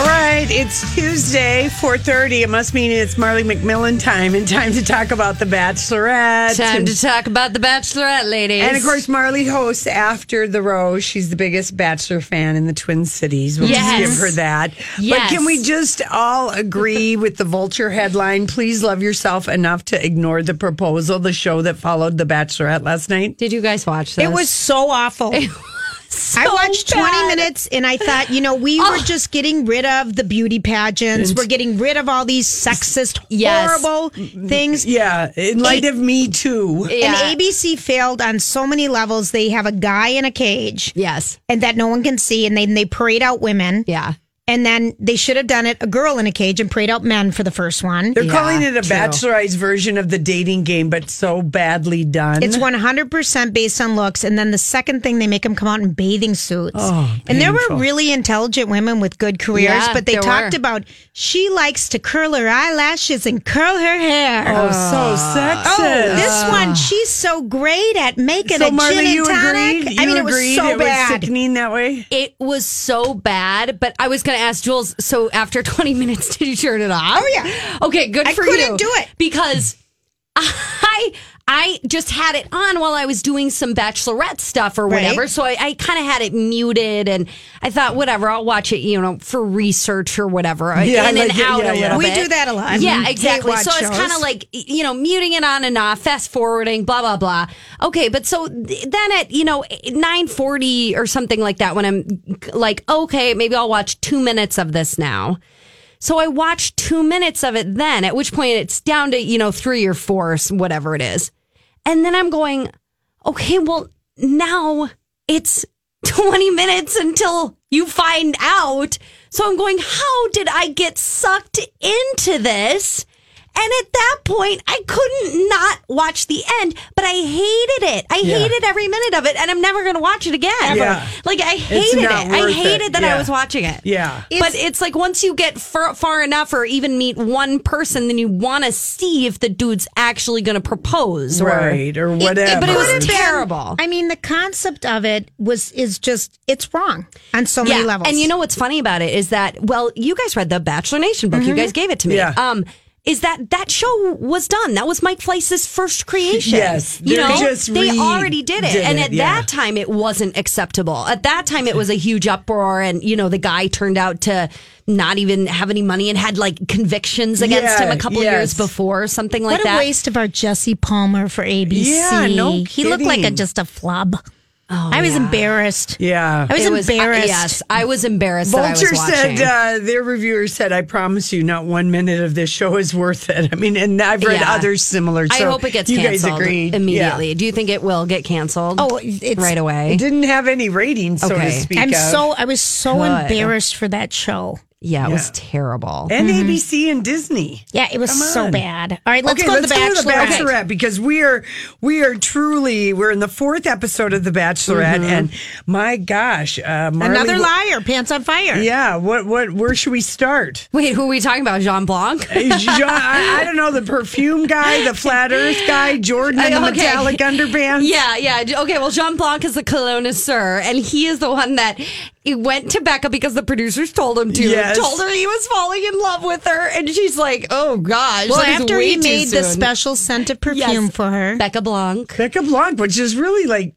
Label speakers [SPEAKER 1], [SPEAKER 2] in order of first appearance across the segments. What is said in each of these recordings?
[SPEAKER 1] right, it's Tuesday, 4.30. It must mean it's Marley McMillan time and time to talk about The Bachelorette.
[SPEAKER 2] Time to talk about the Bachelorette, ladies.
[SPEAKER 1] And of course, Marley hosts after the row. She's the biggest Bachelor fan in the Twin Cities. We'll
[SPEAKER 2] Yes.
[SPEAKER 1] just give her that.
[SPEAKER 2] Yes.
[SPEAKER 1] But can we just all agree with the Vulture headline? Please love yourself enough to ignore the proposal, the show that followed The Bachelorette last night.
[SPEAKER 2] did you guys watch this?
[SPEAKER 3] It was so awful. I watched 20
[SPEAKER 2] bad.
[SPEAKER 3] minutes and I thought, you know, we were just getting rid of the beauty pageants. We're getting rid of all these sexist,
[SPEAKER 2] Yes. Mm,
[SPEAKER 3] horrible things.
[SPEAKER 1] Yeah, in light of Me Too.
[SPEAKER 2] Yeah.
[SPEAKER 3] And ABC failed on so many levels. They have a guy in a cage
[SPEAKER 2] yes.
[SPEAKER 3] and that no one can see, and then they parade out women.
[SPEAKER 2] Yeah.
[SPEAKER 3] And then they should have done it a girl in a cage and parade out men for the first one.
[SPEAKER 1] They're
[SPEAKER 2] Yeah,
[SPEAKER 1] calling it a
[SPEAKER 2] true.
[SPEAKER 1] bachelor's version of the dating game, but so badly done.
[SPEAKER 3] It's 100% based on looks. And then the second thing, they make them come out in bathing suits.
[SPEAKER 1] Oh,
[SPEAKER 3] and there were
[SPEAKER 1] painful.
[SPEAKER 3] really intelligent women with good careers,
[SPEAKER 2] Yeah,
[SPEAKER 3] but they
[SPEAKER 2] there
[SPEAKER 3] talked
[SPEAKER 2] were.
[SPEAKER 3] about she likes to curl her eyelashes and curl her hair.
[SPEAKER 1] oh, so sexist.
[SPEAKER 3] Oh,
[SPEAKER 2] Ah.
[SPEAKER 3] this one, she's so great at making
[SPEAKER 1] so
[SPEAKER 3] a
[SPEAKER 1] Marley,
[SPEAKER 3] gin
[SPEAKER 1] you
[SPEAKER 3] and tonic.
[SPEAKER 1] agreed? You
[SPEAKER 3] I mean, it was
[SPEAKER 1] agreed
[SPEAKER 3] so
[SPEAKER 1] it
[SPEAKER 3] bad.
[SPEAKER 1] was sickening that way?
[SPEAKER 2] It was so bad, but I was going to ask Jules. So after 20 minutes, did you turn it off?
[SPEAKER 3] Oh, yeah.
[SPEAKER 2] Okay, good
[SPEAKER 3] I
[SPEAKER 2] for you.
[SPEAKER 3] couldn't do it.
[SPEAKER 2] because I I just had it on while I was doing some bachelorette stuff or
[SPEAKER 3] Right.
[SPEAKER 2] whatever. So I, I kind of had it muted, and I thought whatever, I'll watch it, you know, for research or whatever,
[SPEAKER 1] Yeah, I
[SPEAKER 2] in
[SPEAKER 1] like
[SPEAKER 2] and
[SPEAKER 1] it.
[SPEAKER 2] out
[SPEAKER 1] Yeah,
[SPEAKER 2] a
[SPEAKER 1] yeah.
[SPEAKER 2] little
[SPEAKER 3] We
[SPEAKER 2] bit.
[SPEAKER 3] do that a lot.
[SPEAKER 2] Yeah,
[SPEAKER 3] Mhm.
[SPEAKER 2] exactly.
[SPEAKER 3] Hate
[SPEAKER 2] So
[SPEAKER 3] watch
[SPEAKER 2] it's kind of
[SPEAKER 3] shows.
[SPEAKER 2] like you know, muting it on and off, fast forwarding, blah blah blah. Okay, but so th- then at you know eh, nine forty or something like that, when I'm like, okay, maybe I'll watch two minutes of this now. So I watched two minutes of it then, at which point it's down to, you know, three or four, whatever it is. And then I'm going, okay, well, now it's 20 minutes until you find out. So I'm going, how did I get sucked into this? And at that point, I couldn't not watch the end, but I hated it. I
[SPEAKER 1] Yeah.
[SPEAKER 2] hated every minute of it, and I'm never going to watch it again.
[SPEAKER 1] Yeah.
[SPEAKER 2] Like, I hated it.
[SPEAKER 1] not
[SPEAKER 2] I
[SPEAKER 1] worth
[SPEAKER 2] hated
[SPEAKER 1] it.
[SPEAKER 2] that
[SPEAKER 1] Yeah.
[SPEAKER 2] I was watching it
[SPEAKER 1] Yeah.
[SPEAKER 2] but it's like once you get far, far enough or even meet one person, then you want to see if the dude's actually going to propose. Or,
[SPEAKER 1] Right, or whatever.
[SPEAKER 2] but it
[SPEAKER 3] Could
[SPEAKER 2] was
[SPEAKER 3] have been-
[SPEAKER 2] terrible.
[SPEAKER 3] I mean, the concept of it was is just it's wrong on so many levels.
[SPEAKER 2] And you know what's funny about it is that, well, you guys read the Bachelor Nation book. You guys gave it to me.
[SPEAKER 1] Yeah.
[SPEAKER 2] Um, is that that show was done? That was Mike Fleisch's first creation.
[SPEAKER 1] Yes,
[SPEAKER 2] you
[SPEAKER 1] they're
[SPEAKER 2] know
[SPEAKER 1] just
[SPEAKER 2] they
[SPEAKER 1] re-
[SPEAKER 2] already did it,
[SPEAKER 1] did
[SPEAKER 2] and
[SPEAKER 1] it,
[SPEAKER 2] at
[SPEAKER 1] yeah.
[SPEAKER 2] that time it wasn't acceptable. At that time it was a huge uproar, and you know the guy turned out to not even have any money and had like convictions against
[SPEAKER 1] Yeah,
[SPEAKER 2] him a couple
[SPEAKER 1] yes.
[SPEAKER 2] years before or something like
[SPEAKER 3] what a
[SPEAKER 2] that.
[SPEAKER 3] waste of our Jesse Palmer for ABC.
[SPEAKER 1] Yeah, no
[SPEAKER 3] he looked like a,
[SPEAKER 1] kidding.
[SPEAKER 3] just a flub. I was embarrassed.
[SPEAKER 1] yeah.
[SPEAKER 3] I was
[SPEAKER 2] Oh,
[SPEAKER 3] uh,
[SPEAKER 2] It was-
[SPEAKER 3] embarrassed.
[SPEAKER 2] I- yes, I was embarrassed. that I
[SPEAKER 1] Vulture
[SPEAKER 2] was watching.
[SPEAKER 1] said uh, their reviewer said, "I promise you, not one minute of this show is worth it." I mean, and I've read
[SPEAKER 2] Yeah.
[SPEAKER 1] others similar.
[SPEAKER 2] I
[SPEAKER 1] so
[SPEAKER 2] hope it gets
[SPEAKER 1] you
[SPEAKER 2] canceled
[SPEAKER 1] guys agreed
[SPEAKER 2] immediately.
[SPEAKER 1] Yeah.
[SPEAKER 2] Do you think it will get canceled?
[SPEAKER 3] Oh, it's-
[SPEAKER 2] right away.
[SPEAKER 1] It didn't have any ratings, so to
[SPEAKER 2] Okay.
[SPEAKER 1] speak.
[SPEAKER 3] I'm
[SPEAKER 1] of.
[SPEAKER 3] so I was so
[SPEAKER 2] Good.
[SPEAKER 3] embarrassed for that show.
[SPEAKER 2] Yeah, it was terrible.
[SPEAKER 1] and ABC and Disney.
[SPEAKER 3] Yeah, it was
[SPEAKER 1] Come
[SPEAKER 3] so
[SPEAKER 1] on.
[SPEAKER 3] bad. All right, Mm-hmm. let's
[SPEAKER 1] okay,
[SPEAKER 3] go to
[SPEAKER 1] let's
[SPEAKER 3] the
[SPEAKER 1] go to the
[SPEAKER 3] Bachelorette.
[SPEAKER 1] Bachelorette because we are we are truly we're in the fourth episode of the Bachelorette, and my gosh, uh, Marley,
[SPEAKER 3] Mm-hmm. Another liar, pants on fire.
[SPEAKER 1] Yeah, what what where should we start?
[SPEAKER 2] Wait, who are we talking about? Jean Blanc?
[SPEAKER 1] Jean, I, I don't know, the perfume guy, the flat earth guy, Jordan and the
[SPEAKER 2] Okay.
[SPEAKER 1] metallic underpants.
[SPEAKER 2] Yeah, yeah. Okay, well, Jean Blanc is the connoisseur, and he is the one that he went to Becca because the producers told him to.
[SPEAKER 1] Yes.
[SPEAKER 2] Told her he was falling in love with her, and she's like, oh gosh.
[SPEAKER 3] Well,
[SPEAKER 2] that is
[SPEAKER 3] after
[SPEAKER 2] way
[SPEAKER 3] he
[SPEAKER 2] too
[SPEAKER 3] made the
[SPEAKER 2] soon.
[SPEAKER 3] special scent of
[SPEAKER 2] Yes.
[SPEAKER 3] perfume for her,
[SPEAKER 2] Becca Blanc.
[SPEAKER 1] Becca Blanc, which is really like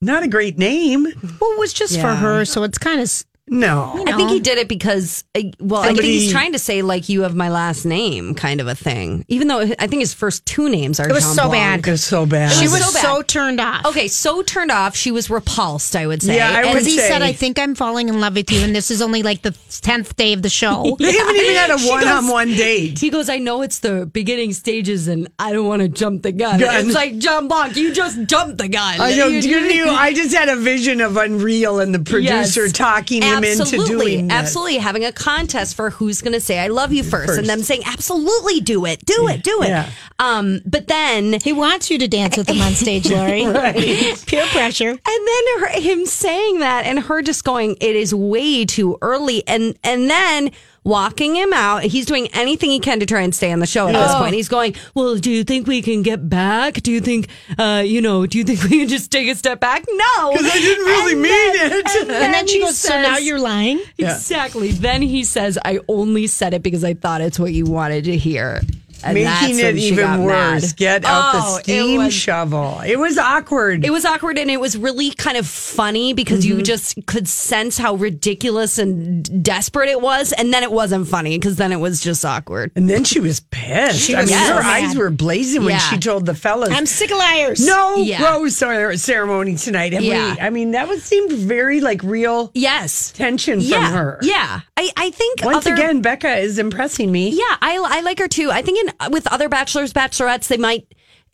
[SPEAKER 1] not a great name.
[SPEAKER 3] well, it was just for
[SPEAKER 2] Yeah.
[SPEAKER 3] her, so it's kind of
[SPEAKER 1] No.
[SPEAKER 2] I think he did it because, uh, well, I think
[SPEAKER 1] Somebody-
[SPEAKER 2] he's trying to say like you have my last name, kind of a thing. Even though I think his first two names are.
[SPEAKER 3] It was
[SPEAKER 2] Jean
[SPEAKER 3] so
[SPEAKER 2] Blanc.
[SPEAKER 3] bad.
[SPEAKER 1] It's so bad.
[SPEAKER 3] she
[SPEAKER 2] was
[SPEAKER 3] was
[SPEAKER 2] so
[SPEAKER 3] so,
[SPEAKER 2] bad.
[SPEAKER 3] turned off.
[SPEAKER 2] Okay, so turned off, she was repulsed. I would say.
[SPEAKER 1] Yeah, I
[SPEAKER 2] And-
[SPEAKER 1] would
[SPEAKER 3] Because he
[SPEAKER 1] say-
[SPEAKER 3] said, "I think I'm falling in love with you," and this is only like the tenth day of the show.
[SPEAKER 1] They haven't even had a
[SPEAKER 2] She
[SPEAKER 1] one on one date.
[SPEAKER 2] He goes, I know it's the beginning stages and I don't want to jump the gun.
[SPEAKER 1] Gun.
[SPEAKER 2] It's like, John Blanc, you just jumped the gun.
[SPEAKER 1] I know.
[SPEAKER 2] You-
[SPEAKER 1] Do you, know, I just had a vision of Unreal and the producer
[SPEAKER 2] Yes.
[SPEAKER 1] talking him into
[SPEAKER 2] Absolutely.
[SPEAKER 1] doing this.
[SPEAKER 2] Absolutely. Having a contest for who's going to say, I love you first, and them saying, absolutely do it, do it, do it.
[SPEAKER 1] Yeah.
[SPEAKER 2] Um, but then
[SPEAKER 3] He wants you to dance with him on stage, Lori. Peer pressure.
[SPEAKER 2] and then her, him saying that and her just going it is way too early and and then walking him out he's doing anything he can to try and stay on the show at this point he's going well do you think we can get back do you think uh you know do you think we can just take a step back no
[SPEAKER 1] Because I didn't really
[SPEAKER 2] And
[SPEAKER 1] mean
[SPEAKER 2] then-
[SPEAKER 1] it.
[SPEAKER 2] and then,
[SPEAKER 3] And then she
[SPEAKER 2] he
[SPEAKER 3] goes, So now
[SPEAKER 2] says-
[SPEAKER 3] you're lying?
[SPEAKER 2] exactly then he says i only said it because i thought it's what you wanted to hear and that's
[SPEAKER 1] Making it
[SPEAKER 2] when she got
[SPEAKER 1] even worse.
[SPEAKER 2] mad.
[SPEAKER 1] Get out the
[SPEAKER 2] Oh, it
[SPEAKER 1] steam
[SPEAKER 2] was
[SPEAKER 1] shovel. It was awkward.
[SPEAKER 2] It was awkward and it was really kind of funny because
[SPEAKER 1] Mm-hmm.
[SPEAKER 2] you just could sense how ridiculous and desperate it was. And then it wasn't funny because then it was just awkward.
[SPEAKER 1] and then she was pissed. I
[SPEAKER 3] was
[SPEAKER 1] mean,
[SPEAKER 2] so
[SPEAKER 1] her
[SPEAKER 3] mad.
[SPEAKER 1] eyes were blazing when
[SPEAKER 2] Yeah.
[SPEAKER 1] she told the fellas.
[SPEAKER 3] I'm sick of liars.
[SPEAKER 1] no
[SPEAKER 2] Yeah.
[SPEAKER 1] rose cer- ceremony tonight. Have
[SPEAKER 2] Yeah.
[SPEAKER 1] we, I mean, that was seemed very like real
[SPEAKER 2] Yes.
[SPEAKER 1] tension
[SPEAKER 2] yeah.
[SPEAKER 1] from her.
[SPEAKER 2] Yeah. I, I think
[SPEAKER 1] Once
[SPEAKER 2] other-
[SPEAKER 1] again, Becca is impressing me.
[SPEAKER 2] Yeah, I, I like her too. I think in with other bachelors, bachelorettes, they might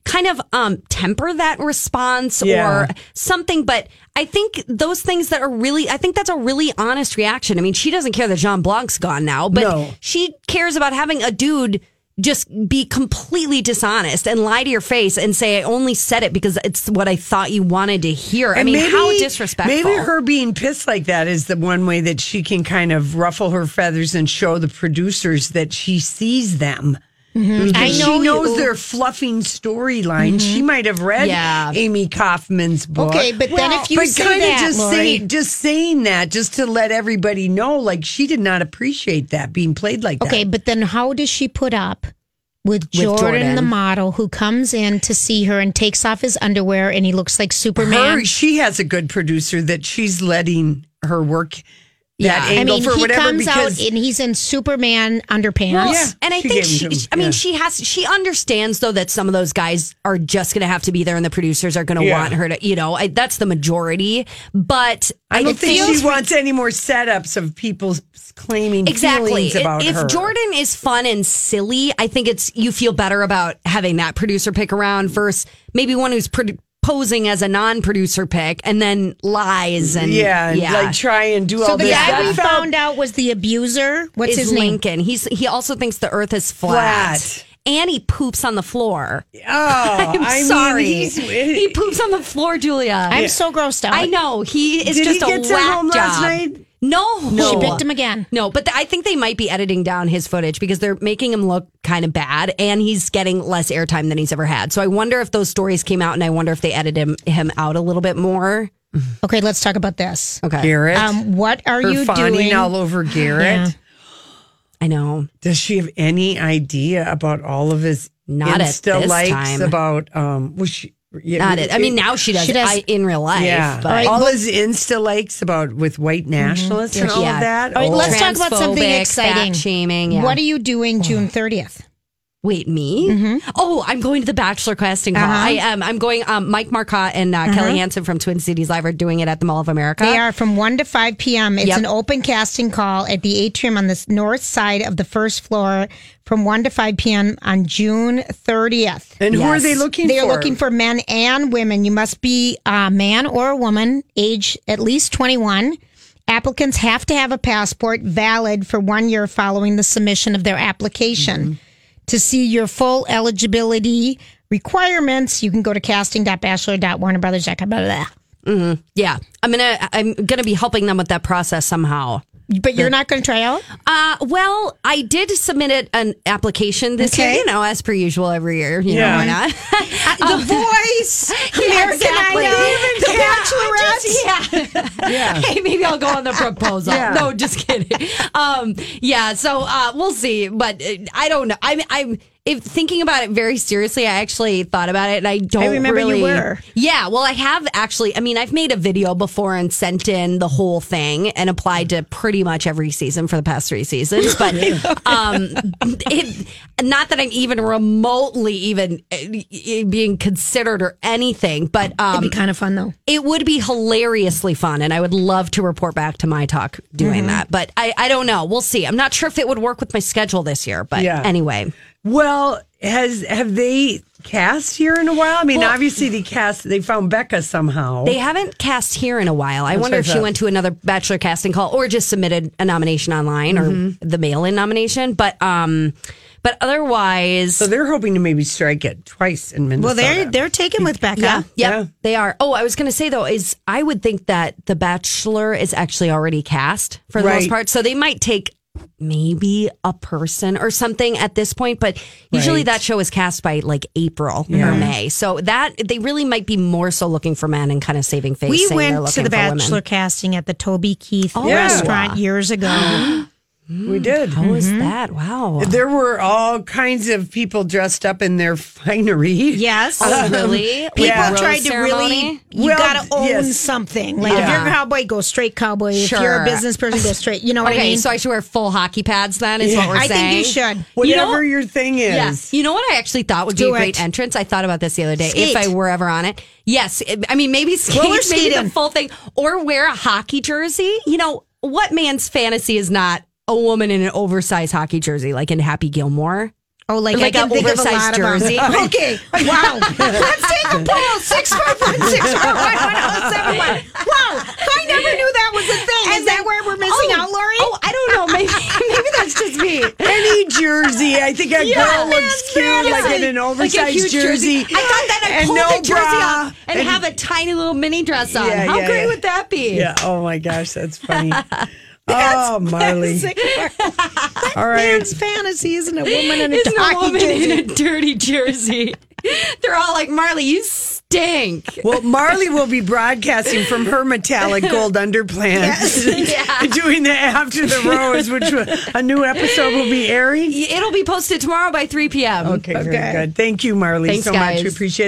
[SPEAKER 2] kind of um, temper that response
[SPEAKER 1] Yeah.
[SPEAKER 2] or something. But I think those things that are really, I think that's a really honest reaction. I mean, she doesn't care that Jean Blanc's gone now, but
[SPEAKER 1] No.
[SPEAKER 2] she cares about having a dude just be completely dishonest and lie to your face and say, I only said it because it's what I thought you wanted to hear. I
[SPEAKER 1] And
[SPEAKER 2] mean, how disrespectful.
[SPEAKER 1] Maybe her being pissed like that is the one way that she can kind of ruffle her feathers and show the producers that she sees them.
[SPEAKER 3] I
[SPEAKER 1] Because
[SPEAKER 3] know
[SPEAKER 1] she knows
[SPEAKER 3] you- Mm-hmm.
[SPEAKER 1] their fluffing storyline. She might have read
[SPEAKER 2] Yeah.
[SPEAKER 1] Amy Kaufman's book.
[SPEAKER 3] Okay, but then if you
[SPEAKER 1] but
[SPEAKER 3] say
[SPEAKER 1] kinda
[SPEAKER 3] that,
[SPEAKER 1] just
[SPEAKER 3] Lori-
[SPEAKER 1] saying, just saying that, just to let everybody know, like she did not appreciate that being played like
[SPEAKER 3] Okay, but then how does she put up with Jordan,
[SPEAKER 2] Jordan.
[SPEAKER 3] the model, who comes in to see her and takes off his underwear and he looks like
[SPEAKER 1] that.
[SPEAKER 3] Superman?
[SPEAKER 1] Her, she has a good producer that she's letting her work
[SPEAKER 2] Yeah.
[SPEAKER 1] that
[SPEAKER 2] I
[SPEAKER 3] I
[SPEAKER 1] angle
[SPEAKER 3] mean,
[SPEAKER 1] for
[SPEAKER 3] he
[SPEAKER 1] whatever.
[SPEAKER 3] comes out
[SPEAKER 1] because
[SPEAKER 3] and he's in Superman underpants.
[SPEAKER 1] Yeah,
[SPEAKER 2] and I
[SPEAKER 1] she
[SPEAKER 2] think
[SPEAKER 1] gave
[SPEAKER 2] she,
[SPEAKER 1] him to
[SPEAKER 2] she-
[SPEAKER 1] him.
[SPEAKER 2] I mean,
[SPEAKER 1] Yeah.
[SPEAKER 2] she has, she understands though that some of those guys are just going to have to be there and the producers are going to
[SPEAKER 1] Yeah.
[SPEAKER 2] want her to, you know, I, that's the majority. But
[SPEAKER 1] I don't
[SPEAKER 2] it
[SPEAKER 1] think
[SPEAKER 2] feels-
[SPEAKER 1] she wants any more setups of people claiming
[SPEAKER 2] Exactly.
[SPEAKER 1] feelings about
[SPEAKER 2] if
[SPEAKER 1] her.
[SPEAKER 2] Jordan is fun and silly, I think it's you feel better about having that producer pick around versus maybe one who's produ- posing as a non-producer pick and then lies and
[SPEAKER 1] yeah, and, like try and do
[SPEAKER 3] So
[SPEAKER 1] all
[SPEAKER 3] the
[SPEAKER 1] this.
[SPEAKER 3] guy we
[SPEAKER 1] That felt
[SPEAKER 3] found out was the abuser. What's
[SPEAKER 2] is
[SPEAKER 3] his name?
[SPEAKER 2] Lincoln. He's he also thinks the Earth is flat.
[SPEAKER 1] Flat.
[SPEAKER 2] And he poops on the floor.
[SPEAKER 1] Oh,
[SPEAKER 2] I'm
[SPEAKER 1] I mean,
[SPEAKER 2] sorry.
[SPEAKER 1] he's-
[SPEAKER 2] he poops on the floor, Julia.
[SPEAKER 3] I'm so grossed out.
[SPEAKER 2] I know he is
[SPEAKER 1] Did
[SPEAKER 2] just
[SPEAKER 1] he
[SPEAKER 2] a
[SPEAKER 1] get sent
[SPEAKER 2] whack
[SPEAKER 1] home
[SPEAKER 2] job.
[SPEAKER 1] last night?
[SPEAKER 2] No,
[SPEAKER 1] No.
[SPEAKER 3] She picked him again.
[SPEAKER 2] No, but th- I think they might be editing down his footage because they're making him look kind of bad, and he's getting less airtime than he's ever had. So I wonder if those stories came out, and I wonder if they edited him, him out a little bit more.
[SPEAKER 3] Okay, let's talk about this.
[SPEAKER 2] Okay,
[SPEAKER 1] Garrett.
[SPEAKER 3] Um, what are
[SPEAKER 1] her
[SPEAKER 3] you
[SPEAKER 1] fawning
[SPEAKER 3] doing?
[SPEAKER 1] all over Garrett.
[SPEAKER 3] Yeah.
[SPEAKER 2] I know.
[SPEAKER 1] Does she have any idea about all of his
[SPEAKER 2] Not at
[SPEAKER 1] Insta
[SPEAKER 2] this
[SPEAKER 1] likes
[SPEAKER 2] time.
[SPEAKER 1] about um? Was she? Yeah,
[SPEAKER 2] Not it. I mean, now she does.
[SPEAKER 3] She does-
[SPEAKER 2] I, in real life.
[SPEAKER 1] Yeah,
[SPEAKER 2] but-
[SPEAKER 1] all his Insta likes about with white
[SPEAKER 3] Mm-hmm.
[SPEAKER 1] nationalists and all
[SPEAKER 2] Yeah.
[SPEAKER 1] of that.
[SPEAKER 3] All right,
[SPEAKER 1] Oh.
[SPEAKER 3] let's talk about something
[SPEAKER 2] Transphobic,
[SPEAKER 3] exciting.
[SPEAKER 2] fat-shaming, yeah.
[SPEAKER 3] What are you doing June 30th?
[SPEAKER 2] Wait, me?
[SPEAKER 3] Mm-hmm.
[SPEAKER 2] Oh, I'm going to the Bachelor casting
[SPEAKER 3] Uh-huh.
[SPEAKER 2] call. I am. I'm going. Um, Mike Marcotte and uh, Kelly Hansen from Twin Cities Live are doing it at the Mall of America.
[SPEAKER 3] Mm-hmm. They are from 1 to 5 p.m. It's
[SPEAKER 2] Yep.
[SPEAKER 3] an open casting call at the atrium on the north side of the first floor from 1 to 5 p.m. on June 30th.
[SPEAKER 1] and who are
[SPEAKER 2] Yes.
[SPEAKER 1] they looking
[SPEAKER 3] They
[SPEAKER 1] for?
[SPEAKER 3] are looking for men and women. You must be a man or a woman, age at least 21. Applicants have to have a passport valid for one year following the submission of their application.
[SPEAKER 1] Mm-hmm.
[SPEAKER 3] To see your full eligibility requirements, you can go to casting.bachelor.warnerbrothers.com. Blah, blah,
[SPEAKER 2] Yeah, I'm gonna. I'm gonna be helping them with that process somehow.
[SPEAKER 3] blah. But you're not going to try out?
[SPEAKER 2] Uh, well, I did submit it, an application this
[SPEAKER 3] Okay.
[SPEAKER 2] year, you know, as per usual every year. You
[SPEAKER 1] Yeah.
[SPEAKER 2] know, why not?
[SPEAKER 3] Oh, the voice.
[SPEAKER 2] Yeah,
[SPEAKER 3] exactly. The Bachelorette.
[SPEAKER 2] Yeah. Hey, maybe I'll go on the proposal.
[SPEAKER 1] Yeah.
[SPEAKER 2] No, just kidding. Um, yeah. So uh, we'll see. But uh, I don't know. I'm. I'm. If thinking about it very seriously, I actually thought about it, and I don't
[SPEAKER 3] remember you
[SPEAKER 2] really.
[SPEAKER 3] were.
[SPEAKER 2] Yeah. Well, I have actually. I mean, I've made a video before and sent in the whole thing and applied to pretty much every season for the past three seasons. But um, it, not that I'm even remotely even uh, being considered or anything. But um,
[SPEAKER 3] It'd be kind of fun, though.
[SPEAKER 2] it would be hilariously fun and i would love to report back to my talk doing that but I, I don't know we'll see i'm not sure if it would work with my schedule this year but
[SPEAKER 1] Yeah.
[SPEAKER 2] anyway
[SPEAKER 1] Well, has have they cast here in a while? I mean, obviously they cast. They found Becca somehow.
[SPEAKER 2] they haven't cast here in a while i
[SPEAKER 1] what
[SPEAKER 2] wonder
[SPEAKER 1] I
[SPEAKER 2] if she
[SPEAKER 1] thought.
[SPEAKER 2] went to another bachelor casting call or just submitted a nomination online or the mail-in nomination but um But otherwise,
[SPEAKER 1] So they're hoping to maybe strike it twice in Minnesota.
[SPEAKER 3] Well, they're they're taken with Becca.
[SPEAKER 2] yeah, yep,
[SPEAKER 1] Yeah.
[SPEAKER 2] they are. Oh, I was going to say though is I would think that The Bachelor is actually already cast for the most
[SPEAKER 1] Right.
[SPEAKER 2] part, so they might take maybe a person or something at this point. But usually
[SPEAKER 1] Right.
[SPEAKER 2] that show is cast by like April or May, so that they really might be more so looking for men and kind of saving face.
[SPEAKER 3] We
[SPEAKER 2] saying they're
[SPEAKER 3] went to
[SPEAKER 2] looking
[SPEAKER 3] the
[SPEAKER 2] for women.
[SPEAKER 3] Bachelor casting at the Toby Keith
[SPEAKER 2] Oh.
[SPEAKER 3] restaurant years ago.
[SPEAKER 1] we did.
[SPEAKER 2] How
[SPEAKER 3] Mm-hmm.
[SPEAKER 2] was that? Wow.
[SPEAKER 1] There were all kinds of people dressed up in their finery. Um,
[SPEAKER 3] yes.
[SPEAKER 2] Oh, really?
[SPEAKER 3] People
[SPEAKER 1] Yeah.
[SPEAKER 2] Rose
[SPEAKER 3] tried to
[SPEAKER 2] ceremony?
[SPEAKER 3] really, you
[SPEAKER 1] Well,
[SPEAKER 3] gotta own
[SPEAKER 1] yes.
[SPEAKER 3] something. Like if
[SPEAKER 2] Yeah.
[SPEAKER 3] you're a cowboy, go straight cowboy. If you're
[SPEAKER 2] Sure.
[SPEAKER 3] a business person, go straight. You know what
[SPEAKER 2] Okay,
[SPEAKER 3] I mean?
[SPEAKER 2] so I should wear full hockey pads then, is what we're
[SPEAKER 3] I
[SPEAKER 2] saying.
[SPEAKER 3] think you should.
[SPEAKER 1] Whatever
[SPEAKER 2] You know-
[SPEAKER 1] your thing is.
[SPEAKER 2] Yes. You know what I actually thought would be
[SPEAKER 3] Do
[SPEAKER 2] a great
[SPEAKER 3] it.
[SPEAKER 2] entrance? I thought about this the other day.
[SPEAKER 3] Skate.
[SPEAKER 2] If I were ever on it. Yes. I mean, maybe skate,
[SPEAKER 3] Roller
[SPEAKER 2] maybe the
[SPEAKER 3] skating.
[SPEAKER 2] full thing, or wear a hockey jersey. You know, what man's fantasy is not a woman in an oversized hockey jersey, like in Happy Gilmore?
[SPEAKER 3] Oh, like,
[SPEAKER 2] Like
[SPEAKER 3] I can
[SPEAKER 2] a
[SPEAKER 3] think of a lot
[SPEAKER 2] oversized
[SPEAKER 3] of 'em.
[SPEAKER 2] jersey.
[SPEAKER 3] okay, wow. Let's take a poll. Six five one six four one one oh seven one. Wow, I never knew that was a thing. Is that where we're missing
[SPEAKER 2] oh,
[SPEAKER 3] out, Lori?
[SPEAKER 2] Oh, I don't know. Maybe, maybe that's just me.
[SPEAKER 1] Any jersey. I think a
[SPEAKER 2] Yeah.
[SPEAKER 1] girl looks cute
[SPEAKER 2] Yeah.
[SPEAKER 1] like in an oversized
[SPEAKER 2] Like a huge
[SPEAKER 1] jersey.
[SPEAKER 2] I thought that I'd
[SPEAKER 1] and
[SPEAKER 2] pull
[SPEAKER 1] no
[SPEAKER 2] the jersey
[SPEAKER 1] bra.
[SPEAKER 2] off and, have a tiny little mini dress on.
[SPEAKER 1] Yeah,
[SPEAKER 2] How
[SPEAKER 1] yeah,
[SPEAKER 2] great
[SPEAKER 1] yeah.
[SPEAKER 2] would that be?
[SPEAKER 1] Yeah. Oh my gosh, that's funny. oh, Marley. All right.
[SPEAKER 3] Man's fantasy isn't a woman in a
[SPEAKER 2] Isn't a
[SPEAKER 3] hockey
[SPEAKER 2] woman
[SPEAKER 3] jersey.
[SPEAKER 2] in a dirty jersey? They're all like, Marley, you stink.
[SPEAKER 1] Well, Marley will be broadcasting from her metallic gold underpants, doing the after the rose, which will- a new episode will be airing.
[SPEAKER 2] It'll be posted tomorrow by 3 p.m.
[SPEAKER 1] Okay, very good. Thank you, Marley,
[SPEAKER 2] Thanks,
[SPEAKER 1] so much.
[SPEAKER 2] guys.
[SPEAKER 1] We appreciate.